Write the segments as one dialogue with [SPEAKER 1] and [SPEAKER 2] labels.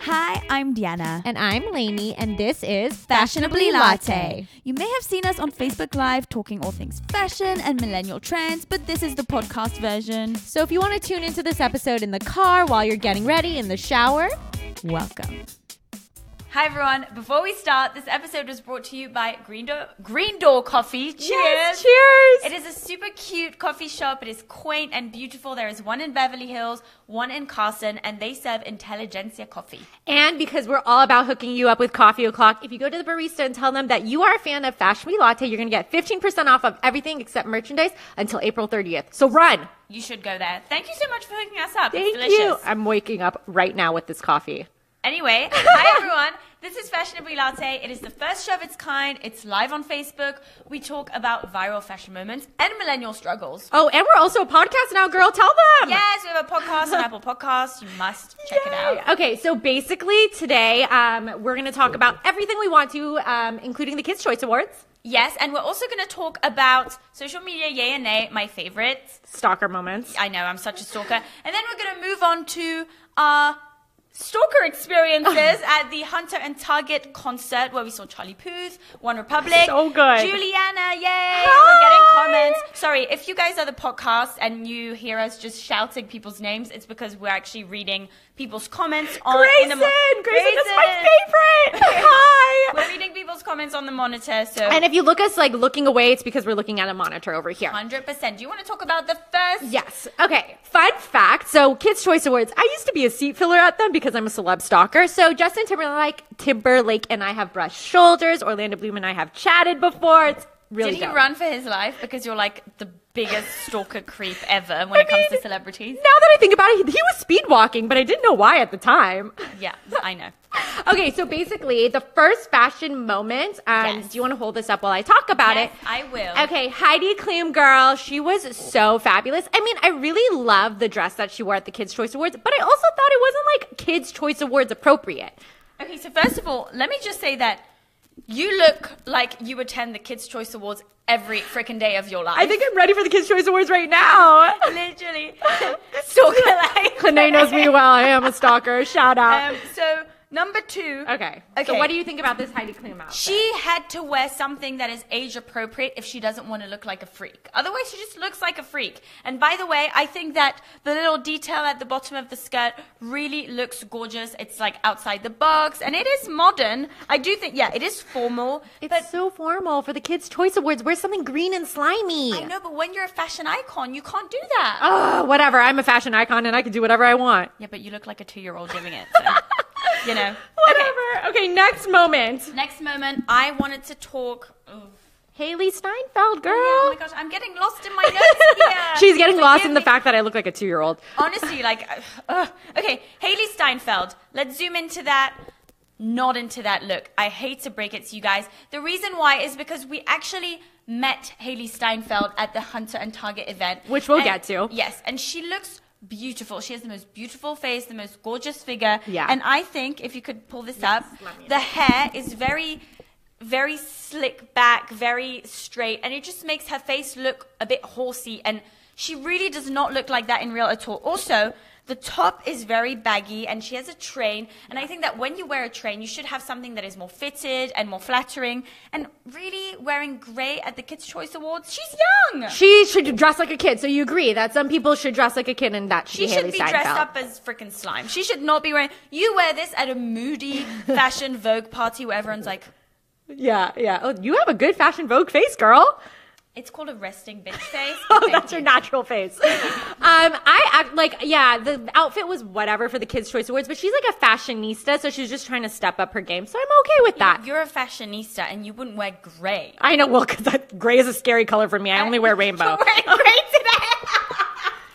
[SPEAKER 1] Hi, I'm Diana.
[SPEAKER 2] And I'm Lainey, and this is Fashionably Latte.
[SPEAKER 1] You may have seen us on Facebook Live talking all things fashion and millennial trends, but this is the podcast version.
[SPEAKER 2] So if you want to tune into this episode in the car while you're getting ready in the shower, welcome.
[SPEAKER 1] Hi, everyone. Before we start, this episode was brought to you by Green Door, Green Door Coffee. Cheers.
[SPEAKER 2] cheers.
[SPEAKER 1] It is a super cute coffee shop. It is quaint and beautiful. There is one in Beverly Hills, one in Carson, and they serve intelligentsia coffee.
[SPEAKER 2] And because we're all about hooking you up with coffee o'clock, if you go to the barista and tell them that you are a fan of Fashion Week Latte, you're going to get 15% off of everything except merchandise until April 30th. So run.
[SPEAKER 1] You should go there. Thank you so much for hooking us up.
[SPEAKER 2] Thank
[SPEAKER 1] it's delicious.
[SPEAKER 2] you. I'm waking up right now with this coffee.
[SPEAKER 1] Anyway, hi everyone. This is Fashionably Latte. It is the first show of its kind. It's live on Facebook. We talk about viral fashion moments and millennial struggles.
[SPEAKER 2] Oh, and we're also a podcast now, girl. Tell them.
[SPEAKER 1] Yes, we have a podcast on Apple Podcasts. You must check it
[SPEAKER 2] Yay.
[SPEAKER 1] out.
[SPEAKER 2] Okay, so basically today um, we're going to talk about everything we want to, um, including the Kids' Choice Awards,
[SPEAKER 1] Yes, and we're also going to talk about social media, yay and nay, my favorites.
[SPEAKER 2] stalker moments.
[SPEAKER 1] I know, I'm such a stalker. And then we're going to move on to our stalker experiences at the Hunter and Target concert where we saw Charlie Puth, One Republic.
[SPEAKER 2] So good.
[SPEAKER 1] Juliana, yay!
[SPEAKER 2] Hi.
[SPEAKER 1] We're getting comments. Sorry, if you guys are the podcast and you hear us just shouting people's names, it's because we're actually reading people's comments on in the
[SPEAKER 2] Grayson,
[SPEAKER 1] mo-
[SPEAKER 2] Grayson, that's my
[SPEAKER 1] Grayson!
[SPEAKER 2] favorite. Hi.
[SPEAKER 1] We're reading people's comments on the monitor, so
[SPEAKER 2] And if you look us like looking away, it's because we're looking at a monitor over here.
[SPEAKER 1] 100%. Do you want to talk about the first?
[SPEAKER 2] Yes. Okay. Fun fact. So, Kids Choice Awards. I used to be a seat filler at them because I'm a celeb stalker. So, Justin Timberlake, Timberlake, and I have brushed shoulders. Orlando Bloom and I have chatted before. It's really.
[SPEAKER 1] Did he
[SPEAKER 2] dope.
[SPEAKER 1] run for his life? Because you're like the biggest stalker creep ever when it comes
[SPEAKER 2] mean-
[SPEAKER 1] to celebrities.
[SPEAKER 2] Now that I think about it, he he was speed walking, but I didn't know why at the time.
[SPEAKER 1] Yeah, I know.
[SPEAKER 2] Okay, so basically, the first fashion moment. Um,
[SPEAKER 1] Yes.
[SPEAKER 2] Do you want to hold this up while I talk about
[SPEAKER 1] Yes,
[SPEAKER 2] it?
[SPEAKER 1] I will.
[SPEAKER 2] Okay, Heidi Klum girl, she was so fabulous. I mean, I really love the dress that she wore at the Kids Choice Awards, but I also thought it wasn't like Kids Choice Awards appropriate.
[SPEAKER 1] Okay, so first of all, let me just say that you look like you attend the Kids' Choice Awards every freaking day of your life.
[SPEAKER 2] I think I'm ready for the Kids Choice Awards right now.
[SPEAKER 1] literally stalker like.
[SPEAKER 2] Clane knows me well. I am a stalker. Shout out.
[SPEAKER 1] Um, so number two.
[SPEAKER 2] okay. So
[SPEAKER 1] okay.
[SPEAKER 2] what do you think about this Heidi Klum outfit?
[SPEAKER 1] She had to wear something that is age appropriate if she doesn't want to look like a freak. Otherwise, she just looks like a freak. And by the way, I think that the little detail at the bottom of the skirt really looks gorgeous. It's like outside the box and it is modern. I do think, yeah, it is formal.
[SPEAKER 2] It's
[SPEAKER 1] but
[SPEAKER 2] so formal for the Kids Choice Awards. Wear something green and slimy.
[SPEAKER 1] I know, but when you're a fashion icon, you can't do that.
[SPEAKER 2] Oh, whatever. I'm a fashion icon and I can do whatever I want.
[SPEAKER 1] Yeah, but you look like a two year old doing it. So, you know.
[SPEAKER 2] Whatever. Okay, next moment.
[SPEAKER 1] Next moment, I wanted to talk. Oh,
[SPEAKER 2] Haley Steinfeld, girl.
[SPEAKER 1] oh my gosh, I'm getting lost in my notes here.
[SPEAKER 2] She's getting lost in the
[SPEAKER 1] Forgive me.
[SPEAKER 2] fact that I look like a two year old.
[SPEAKER 1] honestly, like, uh, okay, Haley Steinfeld. Let's zoom into that. Not into that look. I hate to break it to you guys. The reason why is because we actually met Haley Steinfeld at the Hunter and Target event,
[SPEAKER 2] Which we'll
[SPEAKER 1] And-
[SPEAKER 2] get to.
[SPEAKER 1] Yes, and she looks beautiful. She has the most beautiful face, the most gorgeous figure.
[SPEAKER 2] Yeah.
[SPEAKER 1] And I think if you could pull this up,
[SPEAKER 2] let me-
[SPEAKER 1] the hair is very. Very slick back, very straight, and it just makes her face look a bit horsey. And she really does not look like that in real at all. Also, the top is very baggy, and she has a train. And I think that when you wear a train, you should have something that is more fitted and more flattering. And really, wearing grey at the Kids' Choice Awards, she's young.
[SPEAKER 2] She should dress like a kid. So you agree that some people should dress like a kid and that should
[SPEAKER 1] She
[SPEAKER 2] be
[SPEAKER 1] should
[SPEAKER 2] Haley
[SPEAKER 1] be
[SPEAKER 2] Steinfeld.
[SPEAKER 1] dressed up as freaking slime. She should not be wearing. You wear this at a moody fashion Vogue party where everyone's like,
[SPEAKER 2] Yeah, yeah. Oh, you have a good fashion Vogue face, girl.
[SPEAKER 1] it's called a resting bitch face.
[SPEAKER 2] Oh,
[SPEAKER 1] Thank
[SPEAKER 2] that's
[SPEAKER 1] you.
[SPEAKER 2] your natural face. um, I act like yeah. The outfit was whatever for the Kids Choice Awards, but she's like a fashionista, so she's just trying to step up her game. So I'm okay with that.
[SPEAKER 1] You're a fashionista and you wouldn't wear grey.
[SPEAKER 2] I know, well, because gray is a scary color for me. I only wear rainbow.
[SPEAKER 1] You're wearing grey today.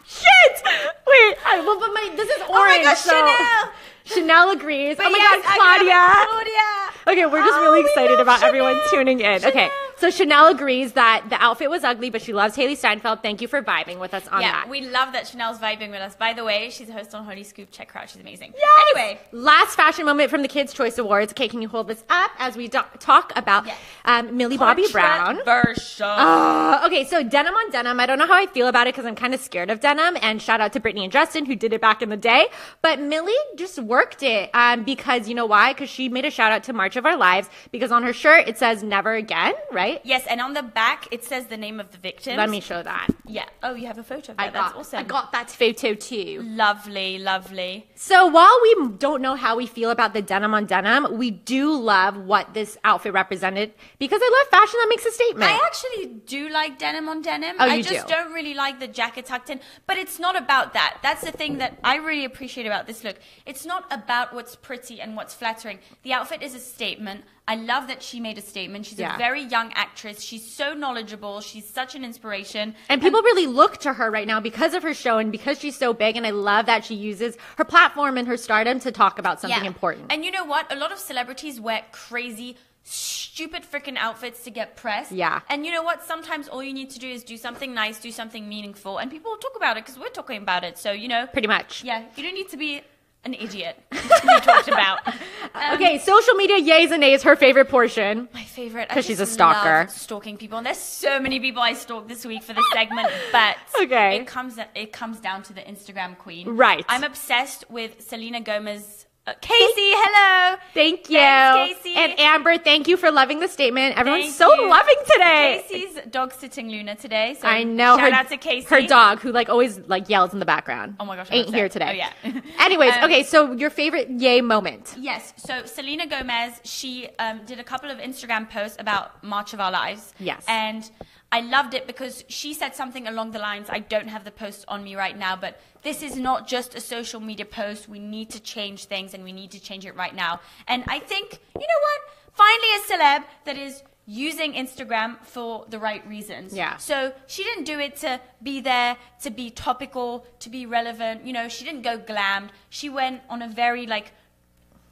[SPEAKER 2] Shit! Wait, I, well, but my this is orange.
[SPEAKER 1] gosh,
[SPEAKER 2] so-
[SPEAKER 1] Chanel!
[SPEAKER 2] Chanel agrees.
[SPEAKER 1] But
[SPEAKER 2] oh my
[SPEAKER 1] yes,
[SPEAKER 2] god,
[SPEAKER 1] I got it.
[SPEAKER 2] Claudia!
[SPEAKER 1] Claudia.
[SPEAKER 2] Okay, we're just
[SPEAKER 1] Oh
[SPEAKER 2] really
[SPEAKER 1] my
[SPEAKER 2] excited
[SPEAKER 1] God,
[SPEAKER 2] about everyone
[SPEAKER 1] Chanel.
[SPEAKER 2] tuning in. Okay,
[SPEAKER 1] Chanel.
[SPEAKER 2] So Chanel agrees that the outfit was ugly, but she loves Haley Steinfeld. Thank you for vibing with us on
[SPEAKER 1] yeah,
[SPEAKER 2] that.
[SPEAKER 1] we love that Chanel's vibing with us. By the way, she's a host on Holy Scoop. Check her out; she's amazing.
[SPEAKER 2] Yes!
[SPEAKER 1] Anyway,
[SPEAKER 2] last fashion moment from the Kids' Choice Awards. Okay, can you hold this up as we do- talk about
[SPEAKER 1] Yes.
[SPEAKER 2] um, Millie Bobby Brown?
[SPEAKER 1] Controversial.
[SPEAKER 2] Uh, okay, so denim on denim. I don't know how I feel about it because I'm kind of scared of denim. And shout out to Brittany and Justin who did it back in the day. But Millie just worked it um, because you know why? Because she made a shout out to March of Our Lives because on her shirt it says "Never Again," right?
[SPEAKER 1] yes, and on the back it says the name of the victim.
[SPEAKER 2] Let me show that.
[SPEAKER 1] Yeah. Oh, you have a photo of that.
[SPEAKER 2] I
[SPEAKER 1] That's
[SPEAKER 2] got,
[SPEAKER 1] awesome.
[SPEAKER 2] I got that photo too.
[SPEAKER 1] Lovely, lovely.
[SPEAKER 2] So while we don't know how we feel about the denim on denim, we do love what this outfit represented because I love fashion that makes a statement.
[SPEAKER 1] I actually do like denim on denim.
[SPEAKER 2] Oh,
[SPEAKER 1] I
[SPEAKER 2] you
[SPEAKER 1] just
[SPEAKER 2] do.
[SPEAKER 1] not really like the jacket tucked in, but it's not about that. That's the thing that I really appreciate about this look. It's not about what's pretty and what's flattering. The outfit is a statement. I love that she made a statement. She's
[SPEAKER 2] Yeah.
[SPEAKER 1] a very young actress. She's so knowledgeable. She's such an inspiration.
[SPEAKER 2] And people really look to her right now because of her show and because she's so big. And I love that she uses her platform and her stardom to talk about something
[SPEAKER 1] Yeah.
[SPEAKER 2] important.
[SPEAKER 1] And you know what? A lot of celebrities wear crazy, stupid freaking outfits to get press.
[SPEAKER 2] Yeah.
[SPEAKER 1] And you know what? Sometimes all you need to do is do something nice, do something meaningful, and people will talk about it because we're talking about it. So, you know.
[SPEAKER 2] Pretty much.
[SPEAKER 1] Yeah, you don't need to be an idiot to be talked about. Um,
[SPEAKER 2] okay, social media yays and nays, her favorite portion.
[SPEAKER 1] My favorite. I
[SPEAKER 2] 'Cause she's
[SPEAKER 1] just
[SPEAKER 2] a stalker.
[SPEAKER 1] love stalking people, and there's so many people I stalked this week for this segment. But
[SPEAKER 2] Okay.
[SPEAKER 1] it comes it comes down to the Instagram queen.
[SPEAKER 2] Right.
[SPEAKER 1] I'm obsessed with Selena Gomez. Uh, Casey, hello.
[SPEAKER 2] Thank you.
[SPEAKER 1] Thanks, Casey.
[SPEAKER 2] And Amber, thank you for loving the statement. Everyone's
[SPEAKER 1] Thank
[SPEAKER 2] so
[SPEAKER 1] you.
[SPEAKER 2] loving today.
[SPEAKER 1] Casey's dog sitting Luna today. So
[SPEAKER 2] I know.
[SPEAKER 1] Shout
[SPEAKER 2] her,
[SPEAKER 1] out to Casey.
[SPEAKER 2] Her dog, who like always like yells in the background.
[SPEAKER 1] Oh my gosh, I'm
[SPEAKER 2] Ain't here
[SPEAKER 1] upset.
[SPEAKER 2] today.
[SPEAKER 1] Oh, yeah.
[SPEAKER 2] Anyways,
[SPEAKER 1] Um,
[SPEAKER 2] okay, so your favorite yay moment.
[SPEAKER 1] Yes. So Selena Gomez, she um, did a couple of Instagram posts about March of Our Lives.
[SPEAKER 2] Yes.
[SPEAKER 1] And I loved it because she said something along the lines I don't have the post on me right now, but this is not just a social media post. We need to change things and we need to change it right now. And I think, you know what? Finally, a celeb that is using Instagram for the right reasons.
[SPEAKER 2] Yeah.
[SPEAKER 1] So she didn't do it to be there, to be topical, to be relevant. You know, she didn't go glammed. She went on a very like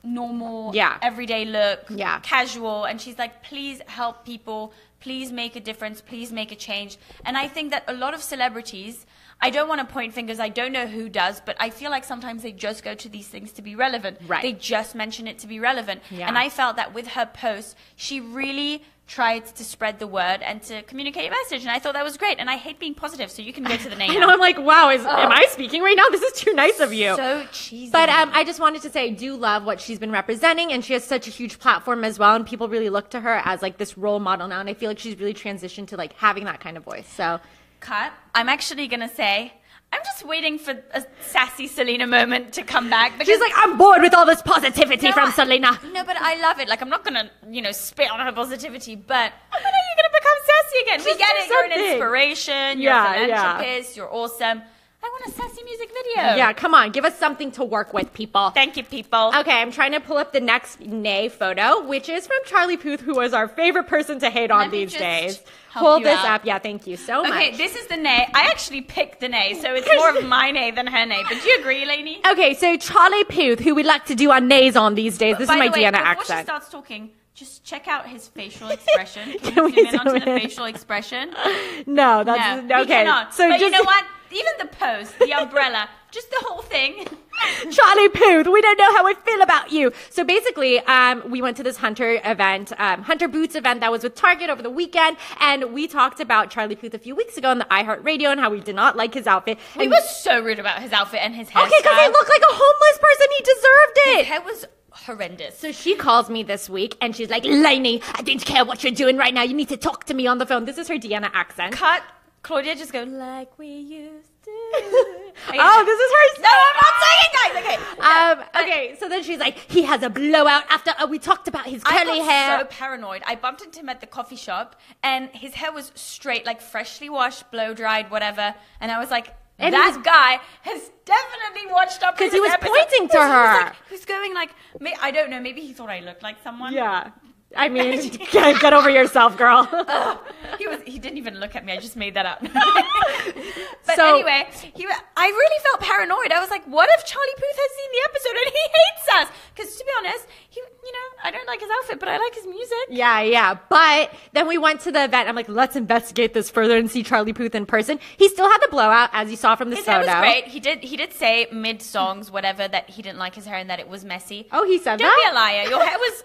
[SPEAKER 1] normal,
[SPEAKER 2] Yeah.
[SPEAKER 1] everyday look,
[SPEAKER 2] Yeah.
[SPEAKER 1] casual. And she's like, please help people. Please make a difference. Please make a change. And I think that a lot of celebrities, I don't want to point fingers. I don't know who does, but I feel like sometimes they just go to these things to be relevant.
[SPEAKER 2] Right.
[SPEAKER 1] They just mention it to be relevant.
[SPEAKER 2] Yeah.
[SPEAKER 1] And I felt that with her post, she really tried to spread the word and to communicate a message. And I thought that was great. And I hate being positive, so you can go to the name.
[SPEAKER 2] I know I'm like, wow, is am I speaking right now? This is too nice of you.
[SPEAKER 1] so cheesy.
[SPEAKER 2] But um, I just wanted to say, I do love what she's been representing, and she has such a huge platform as well, and people really look to her as like this role model now, and I feel like she's really transitioned to like having that kind of voice. So
[SPEAKER 1] cut. I'm actually gonna say I'm just waiting for a sassy Selena moment to come back. Because
[SPEAKER 2] she's like, I'm bored with all this positivity
[SPEAKER 1] No,
[SPEAKER 2] from
[SPEAKER 1] I-
[SPEAKER 2] Selena.
[SPEAKER 1] No, but I love it. Like I'm not gonna, you know, spit on her positivity. But when are you gonna become sassy again?
[SPEAKER 2] Just
[SPEAKER 1] we get
[SPEAKER 2] do
[SPEAKER 1] it. You're an
[SPEAKER 2] something.
[SPEAKER 1] inspiration.
[SPEAKER 2] Yeah,
[SPEAKER 1] you're a
[SPEAKER 2] yeah.
[SPEAKER 1] philanthropist. You're awesome. I want a sassy music video.
[SPEAKER 2] Yeah, come on, give us something to work with, people.
[SPEAKER 1] Thank you, people.
[SPEAKER 2] Okay, I'm trying to pull up the next nay photo, which is from Charlie Puth, who was our favorite person to hate on
[SPEAKER 1] me
[SPEAKER 2] these
[SPEAKER 1] just
[SPEAKER 2] days.
[SPEAKER 1] help
[SPEAKER 2] Hold
[SPEAKER 1] you
[SPEAKER 2] this
[SPEAKER 1] out.
[SPEAKER 2] up. Yeah, thank you so much.
[SPEAKER 1] Okay, this is the nay. I actually picked the nay, so it's more of my nay than her nay. But do you agree, Lainey?
[SPEAKER 2] Okay, so Charlie Puth, who we like to do our nays on these days. This
[SPEAKER 1] By
[SPEAKER 2] is my
[SPEAKER 1] the way,
[SPEAKER 2] Deanna
[SPEAKER 1] before she
[SPEAKER 2] accent.
[SPEAKER 1] starts talking, just check out his facial expression. Can,
[SPEAKER 2] Can
[SPEAKER 1] we
[SPEAKER 2] we
[SPEAKER 1] zoom in
[SPEAKER 2] zoom
[SPEAKER 1] onto the
[SPEAKER 2] in?
[SPEAKER 1] facial expression?
[SPEAKER 2] no, that's
[SPEAKER 1] No, we
[SPEAKER 2] okay.
[SPEAKER 1] cannot.
[SPEAKER 2] So
[SPEAKER 1] but
[SPEAKER 2] just
[SPEAKER 1] you know what? Even the pose, the umbrella, just the whole thing.
[SPEAKER 2] Charlie Puth, we don't know how we feel about you. So basically, um, we went to this Hunter event, um, Hunter Boots event that was with Target over the weekend, and we talked about Charlie Puth a few weeks ago on the iHeartRadio and how we did not like his outfit.
[SPEAKER 1] He
[SPEAKER 2] And-
[SPEAKER 1] was so rude about his outfit and his hair.
[SPEAKER 2] okay because he looked like a homeless person. He
[SPEAKER 1] His
[SPEAKER 2] deserved it.
[SPEAKER 1] hair was horrendous.
[SPEAKER 2] So she calls me this week and she's like, Lainey, I didn't care what you're doing right now. You need to talk to me on the phone. This is her Deanna accent.
[SPEAKER 1] cut. Claudia just go like we used to.
[SPEAKER 2] Oh, this is her.
[SPEAKER 1] No, I'm not saying it, guys. Okay.
[SPEAKER 2] Um, okay, so then she's like, he has a blowout after uh, we talked about his
[SPEAKER 1] I
[SPEAKER 2] curly
[SPEAKER 1] got so
[SPEAKER 2] hair.
[SPEAKER 1] paranoid. I bumped into him at the coffee shop, and his hair was straight, like freshly washed, blow dried, whatever. And I was like,
[SPEAKER 2] And he
[SPEAKER 1] that
[SPEAKER 2] was-
[SPEAKER 1] guy has definitely watched up
[SPEAKER 2] 'Cause
[SPEAKER 1] to this
[SPEAKER 2] he was
[SPEAKER 1] episode.
[SPEAKER 2] pointing to
[SPEAKER 1] He was
[SPEAKER 2] her.
[SPEAKER 1] like- He was going like, may- I don't know. Maybe he thought I looked like someone.
[SPEAKER 2] yeah, I mean, get, get over yourself, girl.
[SPEAKER 1] he was. He didn't even look at me. I just made that up. but
[SPEAKER 2] So-
[SPEAKER 1] anyway, he. wa- I really felt paranoid. I was like, what if Charlie Puth has seen the episode and he hates us? Because to be honest, he, you know, I don't like his outfit, but I like his music.
[SPEAKER 2] Yeah, yeah. But then we went to the event. I'm like, let's investigate this further and see Charlie Puth in person. He still had the blowout, as you saw from the
[SPEAKER 1] His hair
[SPEAKER 2] photo.
[SPEAKER 1] was great. He did he did say mid songs whatever that he didn't like his hair and that it was messy.
[SPEAKER 2] Oh, he said
[SPEAKER 1] Don't be
[SPEAKER 2] that?
[SPEAKER 1] a liar. Your hair was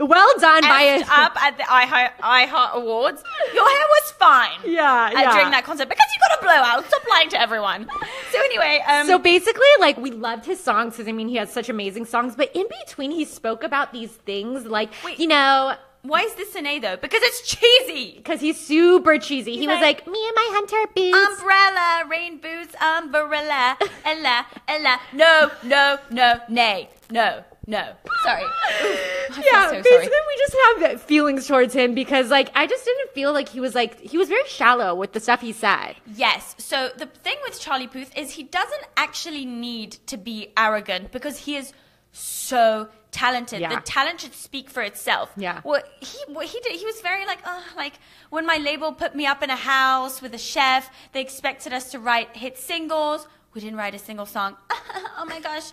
[SPEAKER 2] Well done, by
[SPEAKER 1] effed up at the iHeart iHeart Awards. Your hair was fine.
[SPEAKER 2] Yeah,
[SPEAKER 1] uh,
[SPEAKER 2] yeah.
[SPEAKER 1] During that concert because you got a blowout. Stop lying to everyone. So anyway, um,
[SPEAKER 2] so basically, like we loved his songs because I mean he has such amazing songs. But in between, he spoke about these things like
[SPEAKER 1] Wait.
[SPEAKER 2] you know
[SPEAKER 1] why is this an A though? Because it's cheesy.
[SPEAKER 2] because he's super cheesy. he was
[SPEAKER 1] like, um,
[SPEAKER 2] like me and my hunter boots.
[SPEAKER 1] Umbrella, rain boots, umbrella, ella, ella. No, no, no, nay, no, no. Sorry. I feel
[SPEAKER 2] yeah,
[SPEAKER 1] so sorry.
[SPEAKER 2] basically we just have feelings towards him because like I just didn't feel like he was like he was very shallow with the stuff he said.
[SPEAKER 1] Yes. So the thing with Charlie Puth is he doesn't actually need to be arrogant because he is so talented.
[SPEAKER 2] Yeah.
[SPEAKER 1] The talent should speak for itself.
[SPEAKER 2] Yeah.
[SPEAKER 1] Well, he what he did. He was very like, oh, like when my label put me up in a house with a chef, they expected us to write hit singles. We didn't write a single song. oh my gosh.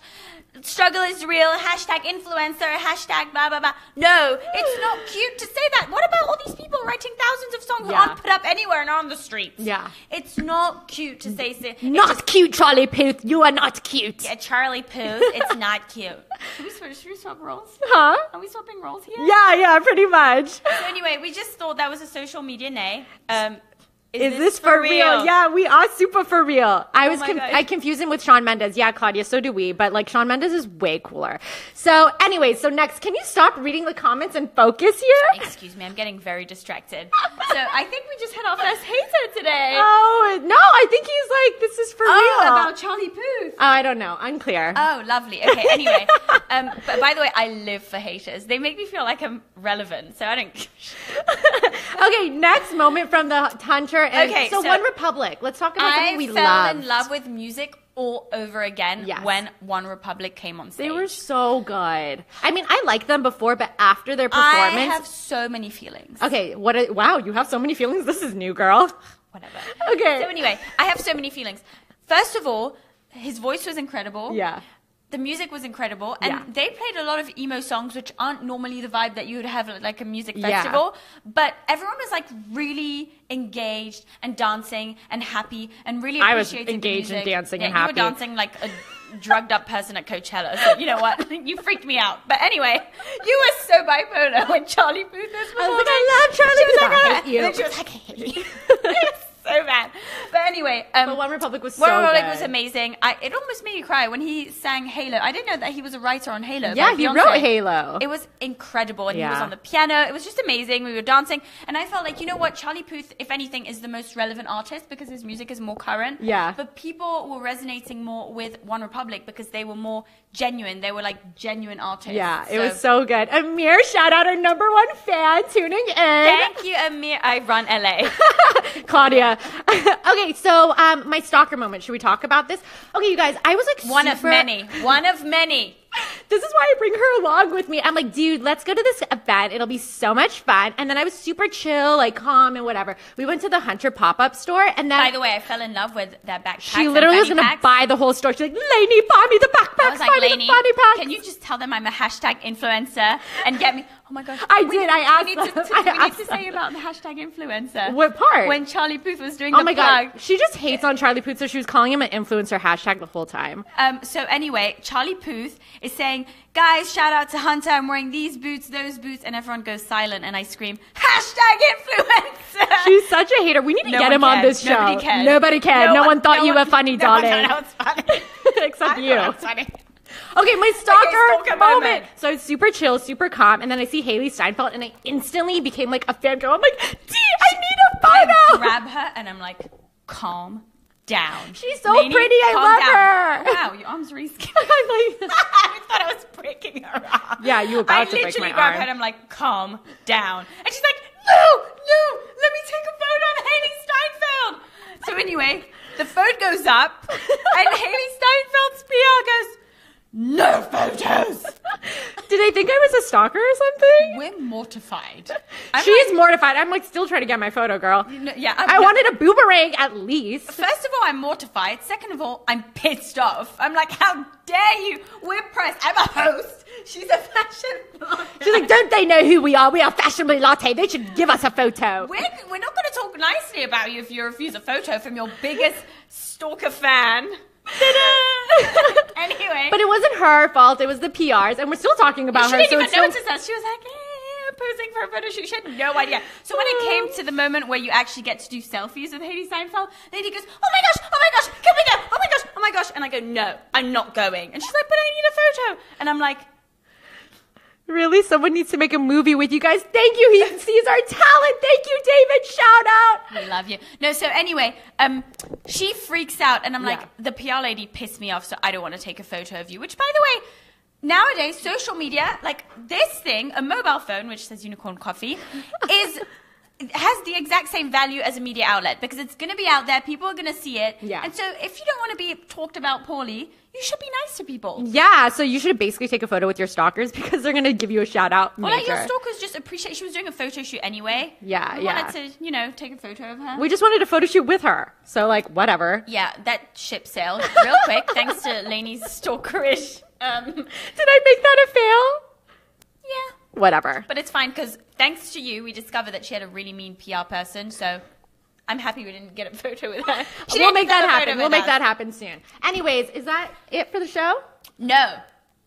[SPEAKER 1] Struggle is real. Hashtag influencer. Hashtag blah, blah, blah. No, it's not cute to say that. What about all these people writing thousands of songs
[SPEAKER 2] Yeah.
[SPEAKER 1] who aren't put up anywhere and are on the streets?
[SPEAKER 2] Yeah.
[SPEAKER 1] It's not cute to say si-
[SPEAKER 2] Not cute, Charlie Puth. You are not cute.
[SPEAKER 1] yeah, Charlie Puth. It's not cute. Should we, switch, should we swap roles?
[SPEAKER 2] Huh?
[SPEAKER 1] Are we swapping roles here?
[SPEAKER 2] Yeah, yeah, pretty much.
[SPEAKER 1] So anyway, we just thought that was a social media nay. Um,
[SPEAKER 2] Is this, for real? Yeah, we are super for real. I was
[SPEAKER 1] Oh my
[SPEAKER 2] conf-
[SPEAKER 1] gosh.
[SPEAKER 2] I confuse him with Sean Mendes. Yeah, Claudia, so do we. But like Sean Mendes is way cooler. So anyway, so next, can you stop reading the comments and focus here?
[SPEAKER 1] Excuse me, I'm getting very distracted. so I think we just had our first hater today.
[SPEAKER 2] Oh no, I think he's like this is for
[SPEAKER 1] oh,
[SPEAKER 2] real. Oh,
[SPEAKER 1] about Charlie Puth.
[SPEAKER 2] I don't know, unclear.
[SPEAKER 1] Oh, lovely. Okay. Anyway, um, but by the way, I live for haters. They make me feel like I'm relevant, so I don't. give a shit.
[SPEAKER 2] okay, next moment from the Hunter and
[SPEAKER 1] Okay,
[SPEAKER 2] so,
[SPEAKER 1] so-
[SPEAKER 2] One Republic. Let's talk about
[SPEAKER 1] I
[SPEAKER 2] something we
[SPEAKER 1] fell
[SPEAKER 2] love.
[SPEAKER 1] in love with music all over again
[SPEAKER 2] Yes.
[SPEAKER 1] when One Republic came on stage.
[SPEAKER 2] They were so good. I mean, I liked them before, but after their performance,
[SPEAKER 1] I have so many feelings.
[SPEAKER 2] Okay, what? A, wow, you have so many feelings. This is new, girl.
[SPEAKER 1] Whatever.
[SPEAKER 2] Okay.
[SPEAKER 1] So anyway, I have so many feelings. First of all, his voice was incredible.
[SPEAKER 2] Yeah.
[SPEAKER 1] The music was incredible, and
[SPEAKER 2] Yeah.
[SPEAKER 1] they played a lot of emo songs, which aren't normally the vibe that you would have at like a music
[SPEAKER 2] Yeah.
[SPEAKER 1] festival. But everyone was like really engaged and dancing and happy and really
[SPEAKER 2] I was
[SPEAKER 1] appreciated the
[SPEAKER 2] engaged and
[SPEAKER 1] music.
[SPEAKER 2] dancing
[SPEAKER 1] yeah,
[SPEAKER 2] and
[SPEAKER 1] You
[SPEAKER 2] happy.
[SPEAKER 1] were dancing like a drugged up person at Coachella. So you know what? you freaked me out. But anyway, you were so bipolar when Charlie Booth was
[SPEAKER 2] I was
[SPEAKER 1] performing.
[SPEAKER 2] like, I love Charlie
[SPEAKER 1] She was
[SPEAKER 2] Puth.
[SPEAKER 1] like,
[SPEAKER 2] I
[SPEAKER 1] "Ah."
[SPEAKER 2] hate you.
[SPEAKER 1] And then she was like, I hate you. It's so bad. But anyway, um,
[SPEAKER 2] But One Republic was
[SPEAKER 1] One
[SPEAKER 2] so
[SPEAKER 1] Republic
[SPEAKER 2] good.
[SPEAKER 1] was amazing. I, it almost made me cry when he sang Halo. I didn't know that he was a writer on Halo.
[SPEAKER 2] Yeah,
[SPEAKER 1] by
[SPEAKER 2] he
[SPEAKER 1] Beyonce.
[SPEAKER 2] wrote Halo.
[SPEAKER 1] It was incredible, and he was
[SPEAKER 2] Yeah.
[SPEAKER 1] on the piano. It was just amazing. We were dancing, and I felt like you know what, Charlie Puth, if anything, is the most relevant artist because his music is more current.
[SPEAKER 2] Yeah.
[SPEAKER 1] But people were resonating more with One Republic because they were more genuine. They were like genuine artists.
[SPEAKER 2] Yeah, it was so good. Amir, shout out our number one fan tuning in.
[SPEAKER 1] Thank you, Amir. I run LA.
[SPEAKER 2] Claudia. okay, so um, my stalker moment. Should we talk about this? Okay, you guys, I was like
[SPEAKER 1] One of
[SPEAKER 2] super-
[SPEAKER 1] many. One of many.
[SPEAKER 2] This is why I bring her along with me. I'm like, dude, let's go to this event. It'll be so much fun. And then I was super chill, like calm and whatever. We went to the Hunter pop up store, and then
[SPEAKER 1] By the way, I fell in love with that backpack.
[SPEAKER 2] she literally was gonna buy the whole store. She's like, Lainey, buy me the backpacks,
[SPEAKER 1] I was like,
[SPEAKER 2] buy me
[SPEAKER 1] Lainey,
[SPEAKER 2] the body packs.
[SPEAKER 1] can you just tell them I'm a hashtag influencer and get me? Oh my gosh.
[SPEAKER 2] I did. I asked.
[SPEAKER 1] We need to,
[SPEAKER 2] them.
[SPEAKER 1] to-
[SPEAKER 2] I
[SPEAKER 1] we need
[SPEAKER 2] asked
[SPEAKER 1] to
[SPEAKER 2] them.
[SPEAKER 1] say about the hashtag influencer.
[SPEAKER 2] What part?
[SPEAKER 1] When Charlie Puth was doing
[SPEAKER 2] Oh
[SPEAKER 1] the
[SPEAKER 2] my
[SPEAKER 1] plug.
[SPEAKER 2] god, she just hates on Charlie Puth, so she was calling him an influencer hashtag the whole time.
[SPEAKER 1] Um, so anyway, Charlie Puth is saying, guys, shout out to Hunter. I'm wearing these boots, those boots. And everyone goes silent and I scream, hashtag influencer.
[SPEAKER 2] She's such a hater. We need to
[SPEAKER 1] No
[SPEAKER 2] get
[SPEAKER 1] one
[SPEAKER 2] him on
[SPEAKER 1] cared.
[SPEAKER 2] this show.
[SPEAKER 1] Nobody cared.
[SPEAKER 2] Nobody cared. No, one thought
[SPEAKER 1] no
[SPEAKER 2] you
[SPEAKER 1] one-
[SPEAKER 2] were funny,
[SPEAKER 1] no one
[SPEAKER 2] darling.
[SPEAKER 1] thought I was funny.
[SPEAKER 2] Except
[SPEAKER 1] I
[SPEAKER 2] you.
[SPEAKER 1] thought I was funny.
[SPEAKER 2] Okay, my stalker,
[SPEAKER 1] stalker
[SPEAKER 2] moment.
[SPEAKER 1] moment.
[SPEAKER 2] So it's super chill, super calm, and then I see Haley Steinfeld, and I instantly became like a fan girl. I'm like, D, I need a
[SPEAKER 1] I
[SPEAKER 2] photo.
[SPEAKER 1] grab her and I'm like, calm down.
[SPEAKER 2] She's so pretty, I
[SPEAKER 1] calm
[SPEAKER 2] love
[SPEAKER 1] down."
[SPEAKER 2] her.
[SPEAKER 1] Wow, your arm's really skinny.
[SPEAKER 2] I'm like,
[SPEAKER 1] I thought I was breaking her arm.
[SPEAKER 2] Yeah, you were about
[SPEAKER 1] I
[SPEAKER 2] to break
[SPEAKER 1] literally
[SPEAKER 2] my
[SPEAKER 1] grabbed
[SPEAKER 2] arm.
[SPEAKER 1] her and I'm like, calm down. And she's like, no, no, let me take a photo of Haley Steinfeld. So anyway, the phone goes up and Haley Steinfeld's PR goes, no photos.
[SPEAKER 2] did they think I was a stalker or something?
[SPEAKER 1] We're mortified.
[SPEAKER 2] She's mortified. I'm like still trying to get my photo, girl.
[SPEAKER 1] like, yeah, I'm
[SPEAKER 2] I
[SPEAKER 1] not-
[SPEAKER 2] wanted a boomerang at least.
[SPEAKER 1] First of all, I'm mortified. Second of all, I'm pissed off. I'm like, how dare you? We're pressed. I'm a host. She's a fashion blogger.
[SPEAKER 2] She's like, don't they know who we are? We are fashionably latte. They should give us a photo.
[SPEAKER 1] We're, we're not going to talk nicely about you if you refuse a photo from your biggest stalker fan. anyway,
[SPEAKER 2] But it wasn't her fault. It was the PRs, and we're still talking about
[SPEAKER 1] she
[SPEAKER 2] her.
[SPEAKER 1] didn't even
[SPEAKER 2] it's still-
[SPEAKER 1] notice us. She was like, "Hey, I'm posing for a photo shoot." She had no idea. So when it came to the moment where you actually get to do selfies with Haley Seinfeld, Lady goes, "Oh my gosh! Oh my gosh! Can we go? Oh my gosh! Oh my gosh!" And I go, "No, I'm not going." And she's like, "But I need a photo." And I'm like,
[SPEAKER 2] Really? Someone needs to make a movie with you guys. Thank you. He sees our talent. Thank you, David. Shout out.
[SPEAKER 1] We love you. No, so anyway, um, she freaks out, and I'm
[SPEAKER 2] Yeah.
[SPEAKER 1] like, the PR lady pissed me off, so I don't want to take a photo of you. Which, by the way, nowadays, social media, like this thing, a mobile phone, which says unicorn coffee, is. Has the exact same value as a media outlet because it's going to be out there. People are going to see it.
[SPEAKER 2] Yeah.
[SPEAKER 1] And so, if you don't want to be talked about poorly, you should be nice to people.
[SPEAKER 2] Yeah, so you should basically take a photo with your stalkers because they're gonna give you a shout out.
[SPEAKER 1] Or like your
[SPEAKER 2] major.
[SPEAKER 1] stalkers just appreciate. She was doing a photo shoot anyway.
[SPEAKER 2] Yeah,
[SPEAKER 1] we
[SPEAKER 2] yeah.
[SPEAKER 1] Wanted to, you know, take a photo of her.
[SPEAKER 2] we just wanted a photo shoot with her, so like whatever.
[SPEAKER 1] Yeah, that ship sailed real quick thanks to Lainey's stalkerish. Um,
[SPEAKER 2] Did I make that a fail?
[SPEAKER 1] yeah,
[SPEAKER 2] Whatever.
[SPEAKER 1] but it's fine because thanks to you, we discovered that she had a really mean PR person. So I'm happy we didn't get a photo with her. She
[SPEAKER 2] we'll
[SPEAKER 1] didn't
[SPEAKER 2] make that
[SPEAKER 1] deserve a photo
[SPEAKER 2] happen. We'll
[SPEAKER 1] with
[SPEAKER 2] make
[SPEAKER 1] us.
[SPEAKER 2] that happen soon. Anyways, is that it for the show?
[SPEAKER 1] No,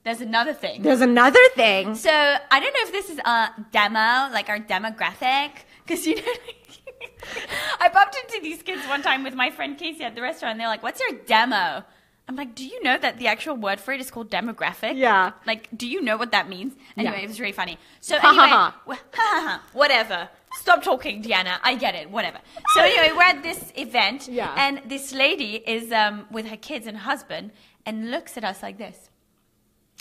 [SPEAKER 1] there's another thing.
[SPEAKER 2] There's another thing.
[SPEAKER 1] So I don't know if this is our demo, like our demographic, because you know. I bumped into these kids one time with my friend Casey at the restaurant, and they're like, "What's your demo?" I'm like, "Do you know that the actual word for it is called demographic?"
[SPEAKER 2] Yeah.
[SPEAKER 1] Like, do you know what that means? Anyway,
[SPEAKER 2] Yeah.
[SPEAKER 1] it was really funny. So
[SPEAKER 2] Ha, ha,
[SPEAKER 1] anyway,
[SPEAKER 2] ha.
[SPEAKER 1] wh- ha, ha, ha. whatever. Stop talking, Deanna. I get it. Whatever. So anyway, we're at this event,
[SPEAKER 2] Yeah.
[SPEAKER 1] and this lady is um, with her kids and husband, and looks at us like this.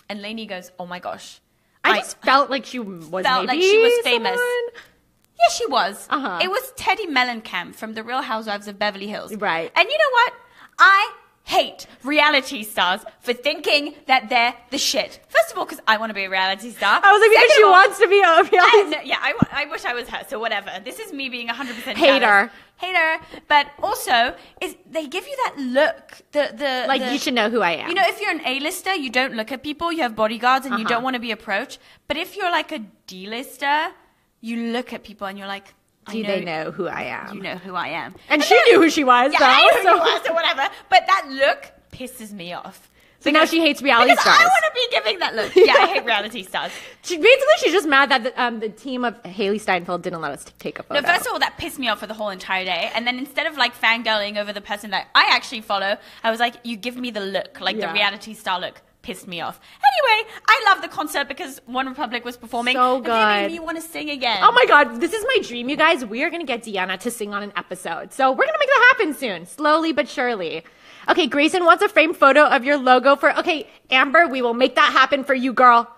[SPEAKER 1] And Lainey goes, "Oh my gosh."
[SPEAKER 2] I just felt like she was
[SPEAKER 1] Felt like
[SPEAKER 2] maybe
[SPEAKER 1] she was famous.
[SPEAKER 2] someone.
[SPEAKER 1] Yeah, she was.
[SPEAKER 2] Uh-huh.
[SPEAKER 1] It was Teddy Mellencamp from The Real Housewives of Beverly Hills.
[SPEAKER 2] Right.
[SPEAKER 1] And you know what? I hate reality stars for thinking that they're the shit. First of all, because I want to be a reality star.
[SPEAKER 2] I was like, maybe
[SPEAKER 1] Second
[SPEAKER 2] she
[SPEAKER 1] of all-
[SPEAKER 2] wants to be a
[SPEAKER 1] I,
[SPEAKER 2] reality.
[SPEAKER 1] no, yeah, I, wa- I wish I was her, so whatever. This is me being 100%
[SPEAKER 2] Hater.
[SPEAKER 1] jealous. Hater. But also, is they give you that look. The, the,
[SPEAKER 2] Like
[SPEAKER 1] the-
[SPEAKER 2] you should know who I am.
[SPEAKER 1] You know, if you're an A-lister, you don't look at people, you have bodyguards, and you
[SPEAKER 2] Uh-huh.
[SPEAKER 1] don't want to be approached. But if you're like a D-lister, you look at people and you're like, I
[SPEAKER 2] do
[SPEAKER 1] know,
[SPEAKER 2] they know who I am?
[SPEAKER 1] You know who I am.
[SPEAKER 2] And she knew who she was,
[SPEAKER 1] Yeah,
[SPEAKER 2] though.
[SPEAKER 1] I know who
[SPEAKER 2] so-
[SPEAKER 1] you are, so whatever. But that look pisses me off.
[SPEAKER 2] So now she hates reality
[SPEAKER 1] because
[SPEAKER 2] stars.
[SPEAKER 1] I want to be giving that look. Yeah, I hate reality stars.
[SPEAKER 2] She, basically, she's just mad that the, um, the team of Haley Steinfeld didn't let us t- take a photo.
[SPEAKER 1] No, first of all, that pissed me off for the whole entire day. And then instead of like fangirling over the person that I actually follow, I was like, you give me the look, like
[SPEAKER 2] Yeah.
[SPEAKER 1] the reality star look. Pissed me off. Anyway, I love the concert because One Republic was performing.
[SPEAKER 2] So
[SPEAKER 1] And they
[SPEAKER 2] good.
[SPEAKER 1] made me want to sing again.
[SPEAKER 2] oh my god, this is my dream, you guys. We are gonna get Deanna to sing on an episode, so we're gonna make that happen soon, slowly but surely. Okay, Grayson wants a framed photo of your logo for. Okay, Amber, we will make that happen for you, girl.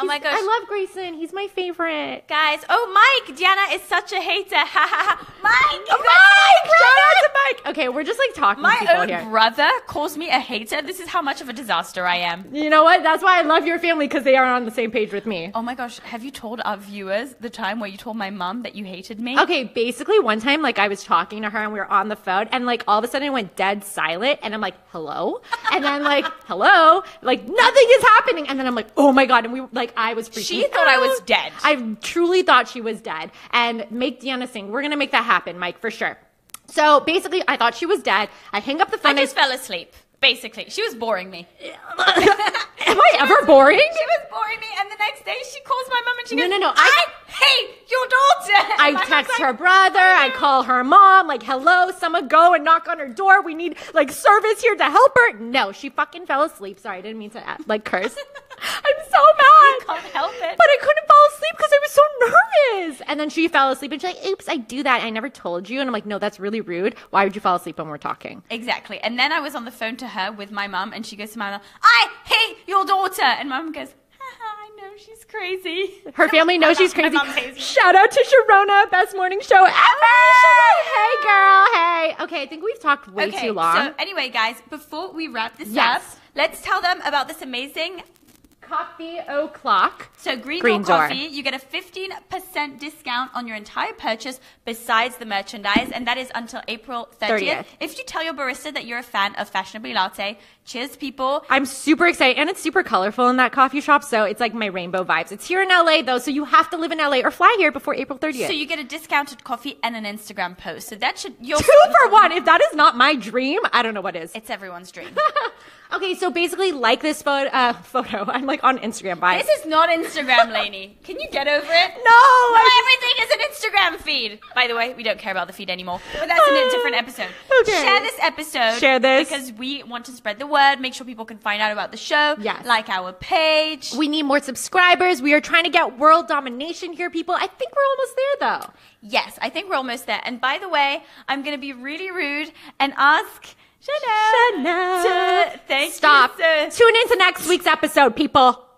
[SPEAKER 1] Oh my
[SPEAKER 2] He's-
[SPEAKER 1] gosh.
[SPEAKER 2] I love Grayson. He's my favorite.
[SPEAKER 1] Guys, oh Mike, Deanna is such a hater. Ha ha ha. Mike,
[SPEAKER 2] Oh, Mike, shout out to Mike. Okay, we're just like talking to
[SPEAKER 1] My
[SPEAKER 2] people
[SPEAKER 1] own
[SPEAKER 2] here.
[SPEAKER 1] brother calls me a hater. This is how much of a disaster I am.
[SPEAKER 2] you know what? That's why I love your family because they are on the same page with me.
[SPEAKER 1] Oh my gosh, have you told our viewers the time where you told my mum that you hated me?
[SPEAKER 2] Okay, basically one time like I was talking to her and we were on the phone and like all of a sudden it went dead silent and I'm like, "Hello?" And then like, "Hello?" Like nothing is happening and then I'm like, "Oh my god." And we like I was freaking
[SPEAKER 1] She thought I was
[SPEAKER 2] out.
[SPEAKER 1] dead.
[SPEAKER 2] I truly thought she was dead. And make Deanna sing. We're going to make that happen, Mike, for sure. So basically, I thought she was dead. I hang up the
[SPEAKER 1] I
[SPEAKER 2] phone. I
[SPEAKER 1] just fell asleep, basically. She was boring me. She
[SPEAKER 2] Am I ever boring?
[SPEAKER 1] was boring me, and the next day she calls my mum and she
[SPEAKER 2] No,
[SPEAKER 1] goes,
[SPEAKER 2] no, no,
[SPEAKER 1] I,
[SPEAKER 2] I-
[SPEAKER 1] hate your daughter.
[SPEAKER 2] I
[SPEAKER 1] My mum's
[SPEAKER 2] text
[SPEAKER 1] like, "Oh,
[SPEAKER 2] her brother. I call her mom. Like, hello, someone go and knock on her door. We need like service here to help her. No, she fucking fell asleep. Sorry, I didn't mean to uh, like curse. I'm so mad.
[SPEAKER 1] You can't help it.
[SPEAKER 2] But I couldn't fall asleep because I was so nervous. And then she fell asleep and she's like, "Oops, I do that. I never told you." And I'm like, "No, that's really rude. Why would you fall asleep when we're talking?"
[SPEAKER 1] Exactly. And then I was on the phone to her with my mum, and she goes to my mum, I hate your daughter. And my mum goes, Haha, I know she's crazy.
[SPEAKER 2] Her family knows she's
[SPEAKER 1] My
[SPEAKER 2] crazy.
[SPEAKER 1] mum hates me.
[SPEAKER 2] Shout out to Sharona, best morning show ever. Hey, girl. Hey. Okay, I think we've talked way too long.
[SPEAKER 1] So anyway, guys, before we wrap this
[SPEAKER 2] Yes.
[SPEAKER 1] up, let's tell them about this amazing
[SPEAKER 2] coffee o'clock.
[SPEAKER 1] So Green,
[SPEAKER 2] Green
[SPEAKER 1] Door
[SPEAKER 2] Door.
[SPEAKER 1] Coffee, you get a 15% discount on your entire purchase besides the merchandise, and that is until April 30th.
[SPEAKER 2] 30th.
[SPEAKER 1] If you tell your barista that you're a fan of Fashionably Latte, cheers, people.
[SPEAKER 2] I'm super excited, and it's super colorful in that coffee shop, so it's like my rainbow vibes. It's here in LA though, so you have to live in LA or fly here before April 30th.
[SPEAKER 1] So you get a discounted coffee and an Instagram post. So that should your
[SPEAKER 2] Two for one. If that is not my dream, I don't know what is.
[SPEAKER 1] It's everyone's dream.
[SPEAKER 2] Okay, so basically, like this photo. Uh, photo. I'm like on Instagram vibes.
[SPEAKER 1] this is not Instagram, Lainey. Can you get over it?
[SPEAKER 2] no. I-
[SPEAKER 1] Everything is an Instagram feed. By the way, we don't care about the feed anymore, but that's in a different episode.
[SPEAKER 2] Okay.
[SPEAKER 1] Share this episode.
[SPEAKER 2] Share this.
[SPEAKER 1] because we want to spread the word. Make sure people can find out about the show.
[SPEAKER 2] Yes.
[SPEAKER 1] like our page.
[SPEAKER 2] we need more subscribers. We are trying to get world domination here, people. I think we're almost there, though.
[SPEAKER 1] yes, I think we're almost there. And by the way, I'm gonna be really rude and ask Chanel
[SPEAKER 2] Chanel.
[SPEAKER 1] to thank
[SPEAKER 2] Stop.
[SPEAKER 1] you so-
[SPEAKER 2] Tune into next week's episode, people.